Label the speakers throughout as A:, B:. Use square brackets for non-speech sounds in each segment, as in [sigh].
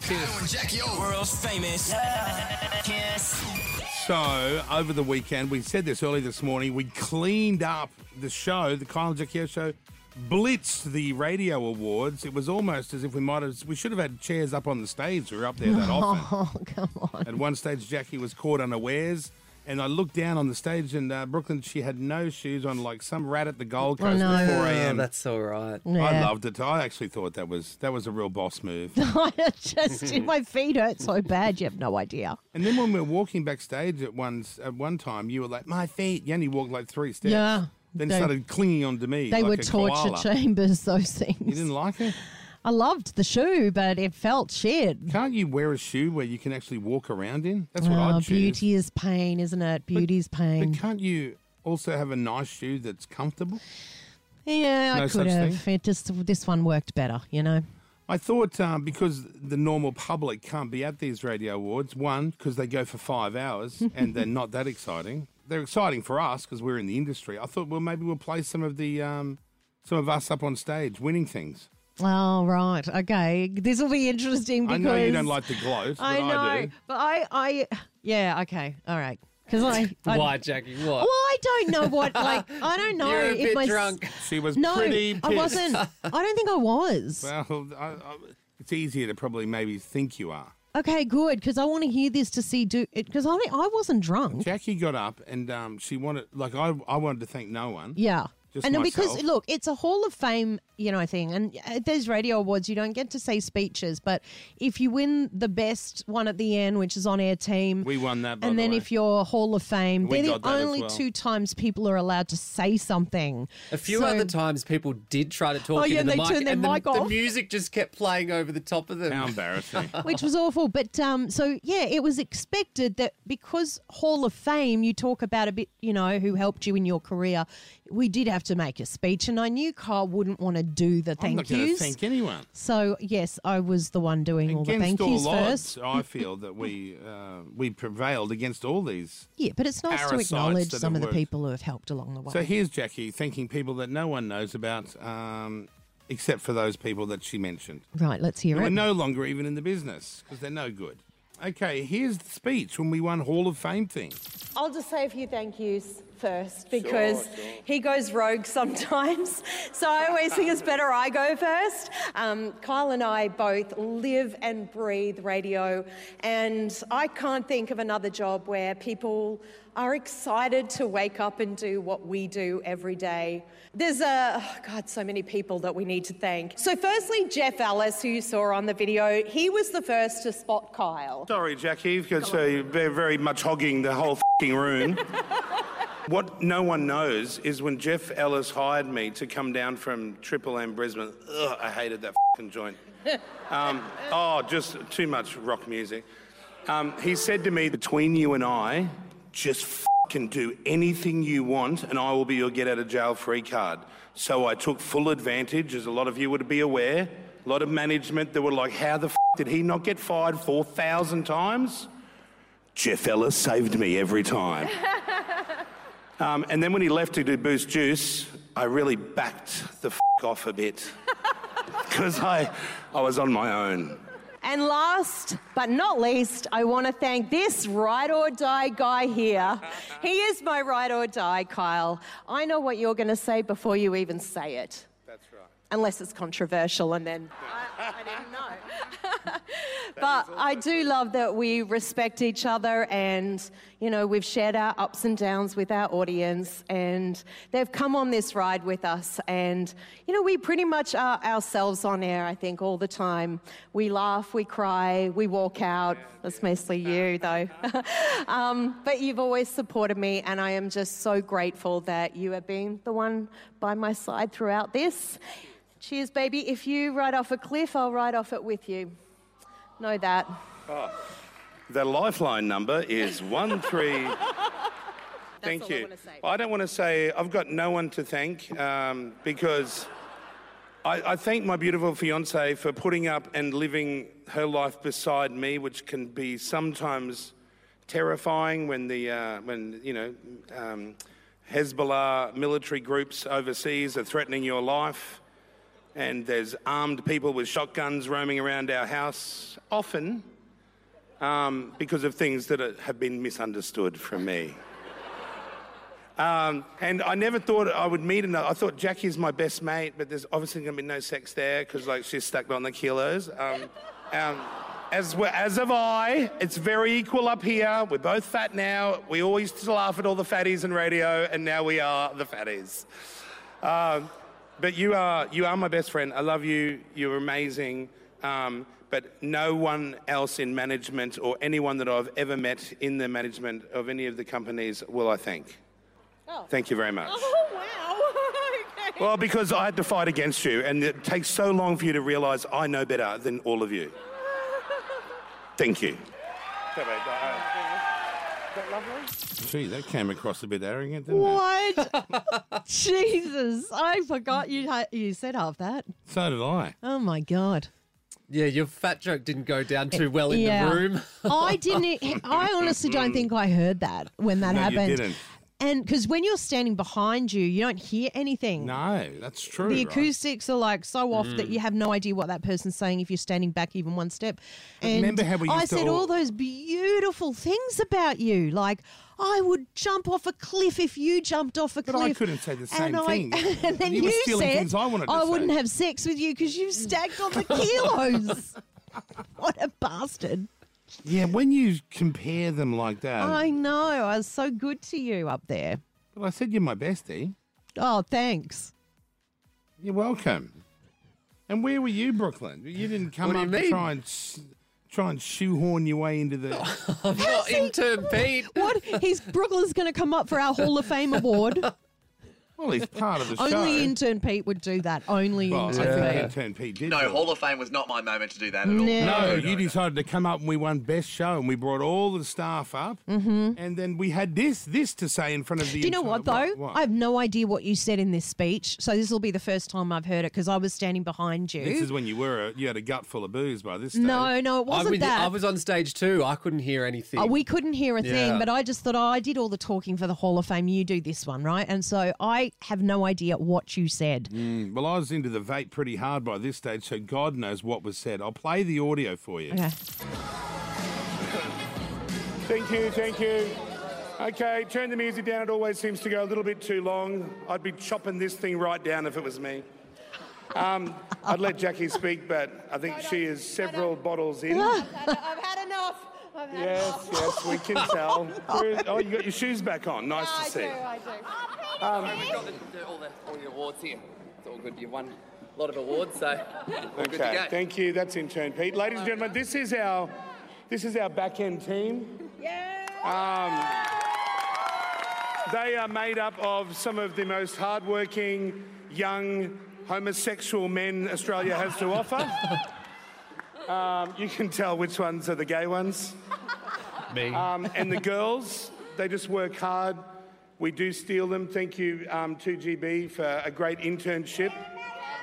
A: Kiss.
B: Jackie O. World's
C: [laughs]
B: famous. Kiss.
A: So, over the weekend, we said this early this morning, we cleaned up the show, the Kyle and Jackie O show, blitzed the radio awards. It was almost as if we might have, we should have had chairs up on the stage. We were up there
D: [laughs]
A: that often.
D: Oh, come on.
A: At one stage, Jackie was caught unawares. And I looked down on the stage in uh, Brooklyn. She had no shoes on, like some rat at the Gold
D: Oh,
A: Coast
D: no.
A: at 4
C: Oh,
A: a.m.
C: that's all right.
A: I
D: Yeah.
A: loved it. I actually thought that was that was a real boss move.
D: [laughs] I just, my feet hurt so bad, you have no idea.
A: And then when we were walking backstage at one at one time, you were like, "My feet." You only walked like three steps.
D: Yeah,
A: Then
D: they-
A: started clinging onto me.
D: They
A: like
D: were
A: a
D: torture
A: koala.
D: chambers, those
A: You
D: things.
A: didn't like it?
D: I loved the shoe, but it felt shit.
A: Can't you wear a shoe where you can actually walk around in? That's what
D: Oh,
A: I'd choose.
D: beauty is pain, isn't it? Beauty's pain.
A: But can't you also have a nice shoe that's comfortable?
D: yeah,
A: no
D: I
A: such
D: could have. It just this one worked better, you know.
A: I thought um, because the normal public can't be at these radio awards, one, because they go for five
D: [laughs]
A: hours and they're not that exciting. They're exciting for us because we're in the industry. I thought, well, maybe we'll play some of the um, some of us up on stage winning things.
D: Oh right, okay. This will be interesting because
A: I know you don't like the gloat, but
D: I know,
A: I, do.
D: but I, I, yeah, okay, all right. Because
A: [laughs]
D: I, I,
C: Why, Jackie? What?
D: Well, I don't know what. Like,
A: [laughs]
D: I don't know
C: You're a
D: if
C: bit
D: my s-
C: drunk.
A: She was
D: No,
A: pretty.
D: I
A: pissed.
D: wasn't. I don't think I was.
A: [laughs] Well, I, I, it's easier to probably maybe think you are.
D: Okay, good. Because I want to hear this to see do it. Because I, don't- I wasn't drunk.
A: Jackie got up and um, she wanted, like, I, I wanted to thank no one.
D: Yeah.
A: Just
D: and then
A: myself.
D: because look, it's a Hall of Fame, you know, thing, and at those radio awards, you don't get to see speeches, but if you win the best one at the end, which is on air team,
A: We won that. By
D: and
A: the
D: then
A: way.
D: if you're Hall of Fame,
A: We
D: they're
A: got
D: the
A: that as
D: only
A: well.
D: two times people are allowed to say something.
C: A few
D: So-
C: other times people did try to talk
D: Oh, yeah,
C: into the
D: they
C: mic,
D: turned their
C: and the,
D: mic
C: the
D: off.
C: music just kept playing over the top of them.
A: how
D: [laughs]
A: embarrassing.
D: which was awful. But um, so yeah, it was expected that because Hall of Fame, you talk about a bit, you know, who helped you in your career. We did have to make a speech, and I knew Carl wouldn't want to do the
A: I'm
D: thank
A: not going to
D: yous.
A: thank anyone.
D: so yes, I was the one doing all the
A: against
D: thank yous
A: all odds,
D: first.
A: I feel that we uh, we prevailed against all these.
D: Yeah, but it's nice to
A: Parasites
D: acknowledge
A: that
D: some
A: have
D: of the
A: worked.
D: people who have helped along the way.
A: So here's Jackie thanking people that no one knows about, um, except for those people that she mentioned.
D: right, let's hear
A: Who are
D: it.
A: no longer even in the business because they're no good. Okay, here's the speech when we won Hall of Fame thing.
E: I'll just say a few thank yous first because he goes rogue sometimes. [laughs] So I always think it's better I go first. Um, Kyle and I both live and breathe radio, and I can't think of another job where people are excited to wake up and do what we do every day. There's a, oh God, so many people that we need to thank. So, firstly, Jeff Ellis, who you saw on the video, he was the first to spot Kyle.
F: Sorry, Jackie, because uh, they're very much hogging the whole fing
A: [laughs]
F: room. what no one knows is when Jeff Ellis hired me to come down from Triple M Brisbane, ugh, I hated that fing joint. Um, oh, just too much rock music. Um, he said to me, between you and I, just fing do anything you want and I will be your get out of jail free card. So I took full advantage, as a lot of you would be aware. A lot of management that were like, how the f- did he not get fired 4,000 times? Jeff Ellis saved me every time. um, and then when he left to do Boost Juice, I really backed the f- off a bit [laughs] because I, I was on my own.
E: And last but not least, I want to thank this ride or die guy here. He is my ride or die, Kyle. I know what you're going to say before you even say it. That's right. Unless it's controversial, and then I, I didn't know. but Uh, I do love that we respect each other, and you know we've shared our ups and downs with our audience, and they've come on this ride with us, and you know we pretty much are ourselves on air. I think all the time we laugh, we cry, we walk out. That's mostly you, though. [laughs] um, but you've always supported me, and I am just so grateful that you have been the one by my side throughout this. Cheers, baby. If you ride off a cliff, I'll ride off it with you. Know that.
F: The lifeline number
E: [laughs]
F: is one three. thank
E: all I
F: you.
E: wanna say.
F: I don't want to say I've got no one to thank um, because I, I thank my beautiful fiance for putting up and living her life beside me, which can be sometimes terrifying when the uh, when you know um, Hezbollah military groups overseas are threatening your life. and there's armed people with shotguns roaming around our house often um, because of things that are, have been misunderstood from me. Um, and I never thought I would meet another. I thought Jackie's my best mate, but there's obviously going to be no sex there because like she's stuck on the kilos. Um, um, as we- as have I. It's very equal up here. We're both fat now. We always used to laugh at all the fatties in radio, and now we are the fatties. Um, but you are you are my best friend. I love you. You're amazing. Um, but no one else in management or anyone that I've ever met in the management of any of the companies will I thank.
A: [laughs]
F: Thank you very much.
D: [laughs]
A: Oh,
E: Oh, wow. okay.
F: Well, because I had to fight against you, and it takes so long for you to realise I know better than all of you. Thank you.
A: Gee, that came across a bit arrogant, didn't it? [laughs]
D: What? [laughs] Jesus, I forgot you ha- you said half that.
A: So did I.
D: Oh my god.
C: Yeah, your fat joke didn't go down too well in
D: yeah.
C: the room. [laughs]
D: I didn't. e-, I honestly don't think I heard that when that
A: No, you
D: happened.
A: didn't.
D: And because when you're standing behind you, you don't hear anything.
A: No, that's true.
D: The
A: right? Mm.
D: acoustics are like so off that you have no idea what that person's saying if you're standing back even one step. And
A: remember how we
D: I
A: used to
D: said
A: all-
D: all those beautiful things about you, like I would jump off a cliff if you jumped off a
A: But I
D: cliff.
A: couldn't say the same
D: and I,
A: thing.
D: [laughs] And then
A: You
D: you,
A: were stealing
D: said
A: things I wanted to say."
D: wouldn't have sex with you because you've stacked on
A: [laughs]
D: the kilos. what a bastard!
A: Yeah, when you compare them like that.
D: I know. I was so good to you up there.
A: Well, I said you're my bestie.
D: Oh, thanks.
A: You're welcome. And where were you, Brooklyn? You didn't come
C: What do
A: up
C: you
A: to
C: mean?
A: try and s- try and shoehorn your way into the.
C: Not intern Pete.
A: [laughs]
D: What? He's Brooklyn's going to come up for our Hall of Fame award.
A: Well, he's part of the show.
D: Only intern Pete would do that. Only
A: Well, I
D: intern
A: think
D: Pete.
A: intern Pete did.
G: No,
A: that.
G: Hall of Fame was not my moment to do that at all.
D: No.
A: No, you decided to come up and we won best show and we brought all the staff up and then we had this this to say in front of the.
D: Mm-hmm. Do you know what though? I
A: i
D: have no idea what you said in this speech, so this will be the first time I've heard it because I was standing behind you.
A: this is when you were a, you had a gut full of booze by this.
D: no,
A: stage.
D: no, it
C: I,
D: wasn't
C: was,
D: that.
C: I was on stage too. I couldn't hear anything.
D: Oh, we couldn't hear a thing,
C: Yeah.
D: but I just thought, oh, I did all the talking for the Hall of Fame. You do this one, right? And so I have no idea what you said.
A: Well, I was into the vape pretty hard by this stage, so God knows what was said. I'll play the audio for you.
E: Uh,
D: Okay.
F: Thank you, thank you. Okay, turn the music down. It always seems to go a little bit too long. I'd be chopping this thing right down if it was me. Um, I'd let Jackie speak, but I think she is several
E: [laughs]
F: bottles in.
E: I've, had, I've had enough. I've had
F: Yes,
E: enough.
F: yes, we can
E: [laughs]
F: tell. Where- Oh, you got your shoes back on. Nice
E: Ah, I
F: to see.
E: do, I do.
H: We've got the, the, all, the, all the awards here. It's all good. You've won a lot of awards, so [laughs] all good to
F: Okay,
H: go.
F: thank you. That's intern Pete. Ladies and gentlemen, this is our this is our back end team. Um, they are made up of some of the most hardworking young homosexual men Australia has to offer. Um, you can tell which ones are the gay ones.
C: Me.
F: Um, and the girls, they just work hard. We do steal them. Thank you, um, 2GB, for a great internship.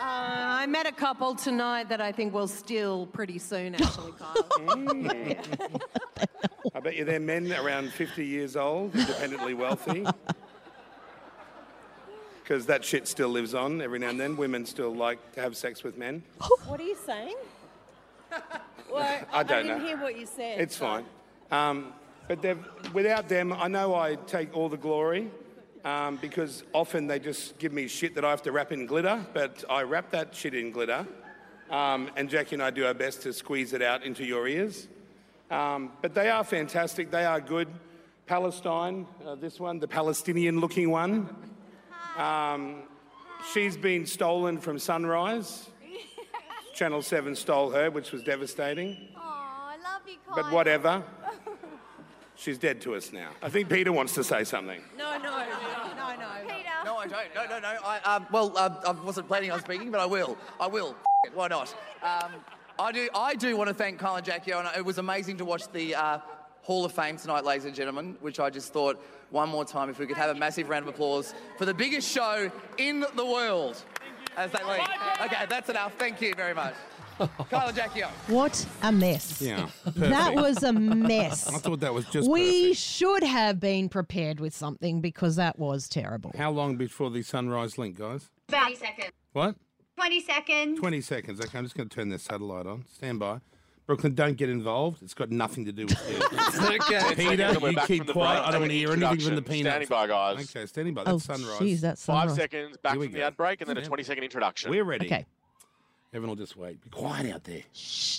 E: Uh, I met a couple tonight that I think will steal pretty
D: [laughs]
E: soon, actually, Kyle.
F: I bet you they're men around 50 years old, independently wealthy. Because that shit still lives on every now and then. Women still like to have sex with men.
E: what are you saying? [laughs] well,
F: I don't
E: didn't
F: know.
E: hear what you said.
F: It's fine. Um, but they've- without them, I know I take all the glory um, because often they just give me shit that I have to wrap in glitter, but I wrap that shit in glitter. Um, and Jackie and I do our best to squeeze it out into your ears. Um, but they are fantastic. They are good. Palestine, uh, this one, the Palestinian looking one. Um, she's been stolen from Sunrise. Channel 7 stole her, which was devastating.
I: I love you, Kyle.
F: But whatever. She's dead to us now. I think Peter wants to say something.
E: No, no, no, no.
I: Peter.
G: No, I don't. No, no, no. I, um, well, um, I wasn't planning on speaking, but I will. I will. F- it, why not? Um, I do. I do want to thank Kyle and Jackie, and it was amazing to watch the uh, Hall of Fame tonight, ladies and gentlemen. Which I just thought, one more time, if we could have a massive round of applause for the biggest show in the world, as they leave. Okay, that's enough. Thank you very much, Kyle and Jackie.
D: What a mess.
A: Yeah.
D: That
A: perfect.
D: was a mess.
A: [laughs] I thought that was just.
D: we
A: perfect.
D: should have been prepared with something because that was terrible.
A: How long before the sunrise link, guys?
I: 30 seconds.
A: What?
I: 20 seconds.
A: 20 seconds. Okay, I'm just going to turn their satellite on. Stand by. Brooklyn, don't get involved. It's got nothing to do with
D: [laughs]
A: you.
C: okay.
A: Peter,
J: We're
A: you
J: back
A: keep
J: from the
A: quiet.
J: break.
A: I don't want to hear anything from the
J: Introduction.
A: peanuts.
J: Standing by, guys.
A: Okay, standing by.
D: Oh,
A: That's sunrise.
D: jeez, that's
J: Five
D: sunrise.
J: seconds back
A: Here we
J: from the
A: go.
J: ad break, and then a
A: Yeah.
J: 20 second introduction.
A: We're ready.
D: Okay.
A: Everyone will just wait. Be quiet out there.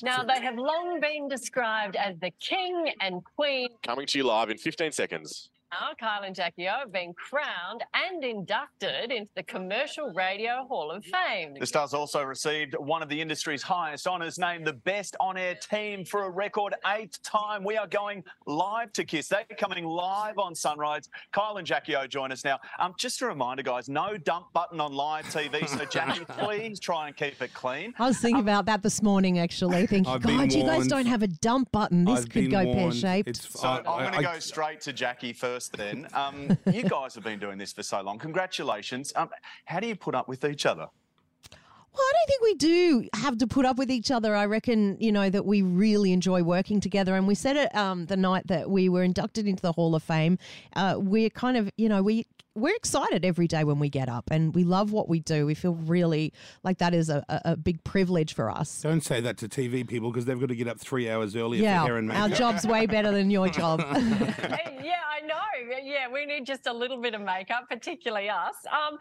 K: Now, they have long been described as the king and queen.
J: Coming to you live in 15 seconds.
K: Now, Kyle and Jackie O have been crowned and inducted into the Commercial Radio Hall of Fame.
L: The Stars also received one of the industry's highest honours, named the best on air team for a record eighth time. We are going live to Kiss. They're coming live on Sunrise. Kyle and Jackie O join us now. Um, just a reminder, guys, no dump button on live TV. So,
A: [laughs]
L: Jackie, please try and keep it clean.
D: I was thinking about that this morning, actually, thinking,
A: I've been
D: God, you guys
A: warned.
D: don't have a dump button. This
A: I've
D: could
A: been
D: go
A: warned.
D: pear shaped.
A: It's-
L: So
A: I-
L: I'm going
A: I-
L: to go straight to Jackie first. [laughs] Then um, you guys have been doing this for so long. Congratulations. Um, how do you put up with each other?
D: Well, I don't think we do have to put up with each other. I reckon, you know, that we really enjoy working together. And we said it um, the night that we were inducted into the Hall of Fame. Uh, we're kind of, you know, we we're excited every day when we get up, and we love what we do. We feel really like that is a, a, a big privilege for us.
A: Don't say that to TV people because they've got to get up three hours earlier for hair and
D: our
A: makeup.
D: job's way better than your
A: [laughs]
D: job.
K: Hey, [laughs] yeah, I know. Yeah, we need just a little bit of makeup, particularly us. Um,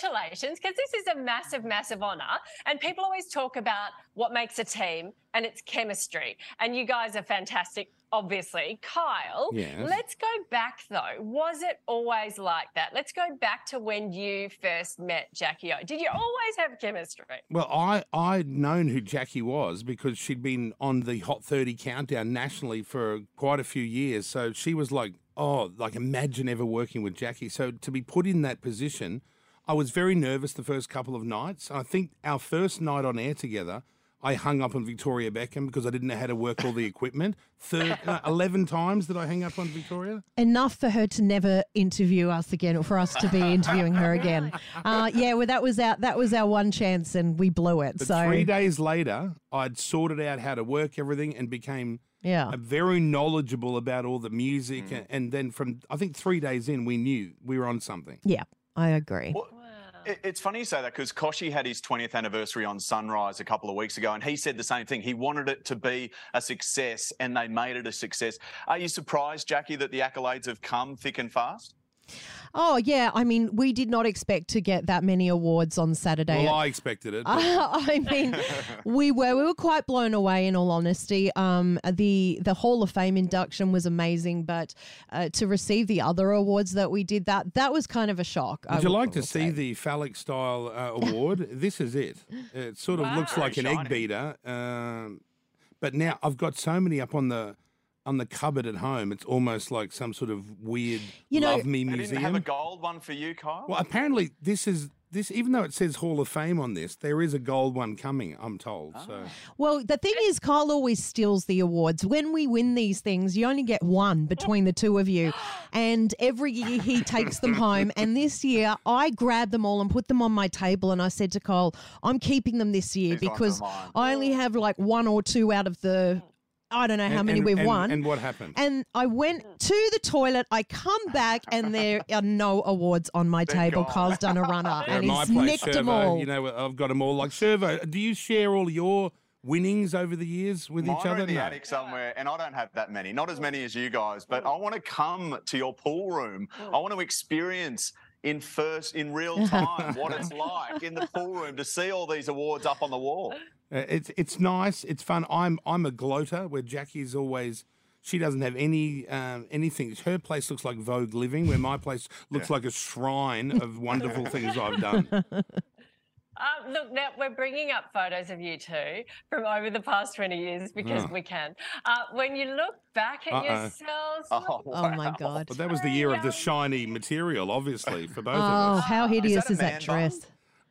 K: congratulations, because this is a massive, massive honour. And people always talk about what makes a team, and it's chemistry. And you guys are fantastic, obviously. Kyle,
A: Yes.
K: let's go back though. Was it always like that? Let's go back to when you first met Jackie O. Did you always have chemistry?
A: Well, I I'd known who Jackie was because she'd been on the Hot 30 countdown nationally for quite a few years. So she was like, oh, like imagine ever working with Jackie. So to be put in that position, I was very nervous the first couple of nights. I think our first night on air together, I hung up on Victoria Beckham because I didn't know how to work all the equipment. Thir no, 11 times did I hang up on Victoria.
D: enough for her to never interview us again or for us to be interviewing her again uh, yeah well that was our that was our one chance and we blew it
A: But
D: so
A: three days later, I'd sorted out how to work everything and became
D: yeah
A: uh, very knowledgeable about all the music.
D: Mm.
A: And, and then from, I think three days in, we knew we were on something.
D: yeah i agree
L: Well,
D: Uh,
L: it- It's funny you say that because Koshi had his 20th anniversary on Sunrise a couple of weeks ago, and he said the same thing. He wanted it to be a success, and they made it a success. Are you surprised, Jackie, that the accolades have come thick and fast?
D: oh yeah i mean we did not expect to get that many awards on saturday
A: Well,
D: [laughs]
A: I expected it. but
D: I
A: [laughs]
D: mean, we were we were quite blown away. In all honesty, um, the the Hall of Fame induction was amazing, but uh, to receive the other awards that we did that that was kind of a shock. I
A: Would you
D: will-
A: like to
D: will
A: see
D: say.
A: the phallic style
D: [laughs]
A: uh, award? this is it. It sort of looks like an egg beater. Um, but now I've got so many up on the on the cupboard at home. It's almost like some sort of weird
D: You know-
A: love me
L: They
A: museum.
L: didn't have a gold one for you, Kyle.
A: Well, apparently this is this. Even though it says Hall of Fame on this, there is a gold one coming. I'm told.
L: Ah.
A: So
D: Well, the thing is, Kyle always steals the awards. When we win these things, you only get one between the two of you. And every year he takes them home. And this year I grabbed them all and put them on my table. And I said to Kyle, I'm keeping them this year
L: He's not
D: because
L: gonna mind.
D: I only have like one or two out of the, I don't know how
A: And-
D: many
A: and-
D: we've
A: and-
D: won.
A: And what happened?
D: And I went to the toilet. I come back, and there are no awards on my table.
L: God.
D: Kyle's done a runner,
A: [laughs] At
D: and
A: my
D: he's
A: place,
D: nicked
A: Servo,
D: them all.
A: You know, I've got them all. Like Servo, do you share all your winnings over the years with
L: Mine
A: each
L: are
A: other?
L: in the
A: No.
L: attic somewhere, and I don't have that many. Not as many as you guys, but I want to come to your pool room. I want to experience in first, in
K: [laughs]
L: real time, what it's like in the pool room to see all these awards up on the wall.
A: Uh, It's it's nice. It's fun. I'm I'm a gloater where Jackie's always. She doesn't have any um, anything. Her place looks like Vogue living, where my place looks like a shrine of wonderful things I've
L: [laughs]
A: done.
K: [laughs] Um, look, now we're bringing up photos of you two from over the past 20 years because
L: Hmm.
A: Oh.
K: we can. Uh, when you look back at
A: Uh-oh.
K: yourselves,
L: Oh,
D: oh my
L: wow.
D: god!
A: But that was the year of the shiny material, obviously, for both
D: Oh,
A: of us.
D: how hideous
L: a
D: is that
L: man bun?
D: dress?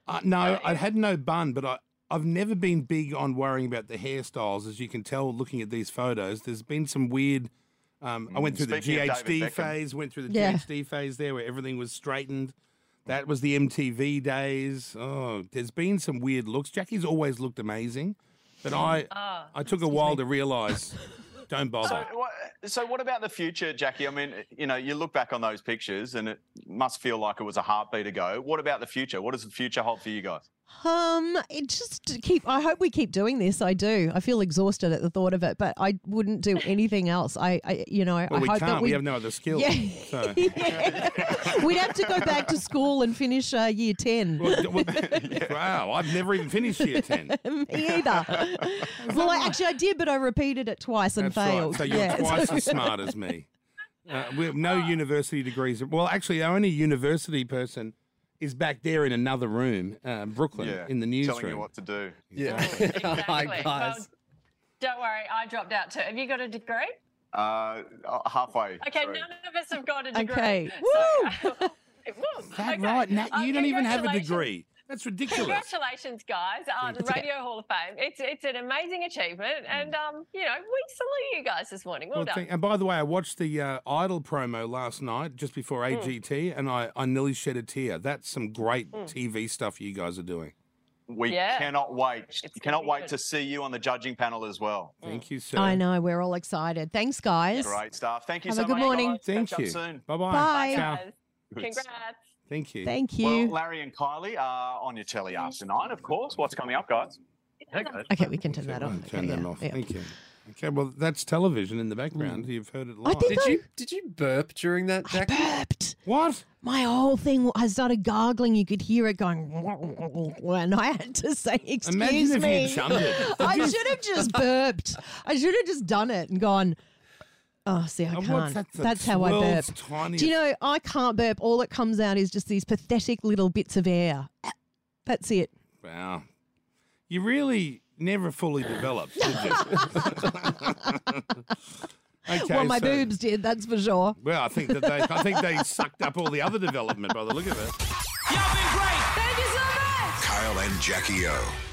A: Uh, no, I had no bun, but I, I've never been big on worrying about the hairstyles. As you can tell looking at these photos, there's been some weird. Um, I went through the
L: Mm, Speaking of David
A: GHD
L: Beckham.
A: phase, went through the
D: Yeah.
A: GHD phase there where everything was straightened. That was the MTV days. Oh, there's been some weird looks. Jackie's always looked amazing, but I
L: Ah,
A: I took a while to realise. Don't bother.
L: So, what, so what about the future, Jackie? I mean, you know, you look back on those pictures, and it, must feel like it was a heartbeat ago. What about the future? What does the future hold for you guys?
D: Um, it just to keep. I hope we keep doing this. I do. I feel exhausted at the thought of it, but I wouldn't do anything else. I, I you know, I
A: Well, we
D: hope
A: can't.
D: that
A: We,
D: Uh, we,
A: have no other skill.
D: [laughs] Yeah.
A: So.
D: would have to go back to school and finish uh, year ten.
A: [laughs] Wow, I've never even finished year 10.
D: [laughs] Me
A: [laughs]
D: either. well, I, actually, I did, but I repeated it twice and
A: That's right.
D: failed.
A: So you're
D: Yeah,
A: twice
K: [laughs]
D: so-
A: as smart as
L: [laughs]
A: me. Uh, we have no university degrees. Well, actually, our only university person is back there in another room, uh, Brooklyn, in the newsroom.
L: telling you what to do.
C: [laughs]
A: Exactly.
K: Exactly. Well, don't worry, I dropped out too. Have you got a degree?
L: Uh, halfway.
K: Okay,
L: through.
K: none of us have got a degree. [laughs]
L: Okay.
K: So, uh, Woo!
A: That
K: Okay.
A: right, Nat?
K: Uh,
A: You don't even have a
K: congratulations.
A: degree. That's ridiculous.
K: Congratulations, guys, on
A: Thank you. Mm.
K: Radio Hall of Fame. It's it's an amazing achievement, and um, you know, we salute you guys this morning. Well,
A: Well,
K: done.
A: thank- uh, and by the way, I watched the uh, Idol promo last night just before
K: Mm.
A: AGT, and I, I nearly shed a tear. That's some great
K: Mm.
A: TV stuff you guys are doing.
L: We
D: Yeah.
L: cannot wait. cannot wait
D: good.
L: to see you on the judging panel as well.
K: Mm.
A: Thank you, sir.
D: I know. We're all excited. Thanks, guys.
L: Great stuff. Thank you
D: Have
L: so
D: a good
L: much.
D: morning.
L: guys.
A: Thank
L: Catch
A: you.
L: Up soon.
A: Bye-bye.
D: Bye.
A: Ciao.
K: guys. Congrats.
A: Thank you.
D: Thank
L: Well,
D: you.
L: Larry and Kylie are on your telly after nine, of course. What's coming up, guys?
D: Okay, we can turn that off.
A: Turn them off. Thank you. Okay, well, that's television in the background. You've heard it live.
D: think Did Hmm. I- you-
A: did you burp during that, Jack?
D: burped.
A: What?
D: My whole thing, I started gargling. You could hear it going, and I had to say, "Excuse
A: Imagine if
D: me."
A: you chummed it.
D: [laughs] I should have just burped. I should have just done it and gone. Oh, see, I
A: And
D: can't.
A: what's that, the
D: That's how I burp.
A: world's tiniest-
D: Do you know I can't burp? All that comes out is just these pathetic little bits of air. That's it.
A: Wow. You really never fully developed, did
D: [laughs]
A: you? okay,
D: what my
A: so-
D: boobs did, that's for sure.
A: Well, I think that they, I think they sucked up all the other development by the look of it.
B: Thank you so much.
I: Kyle and Jackie O.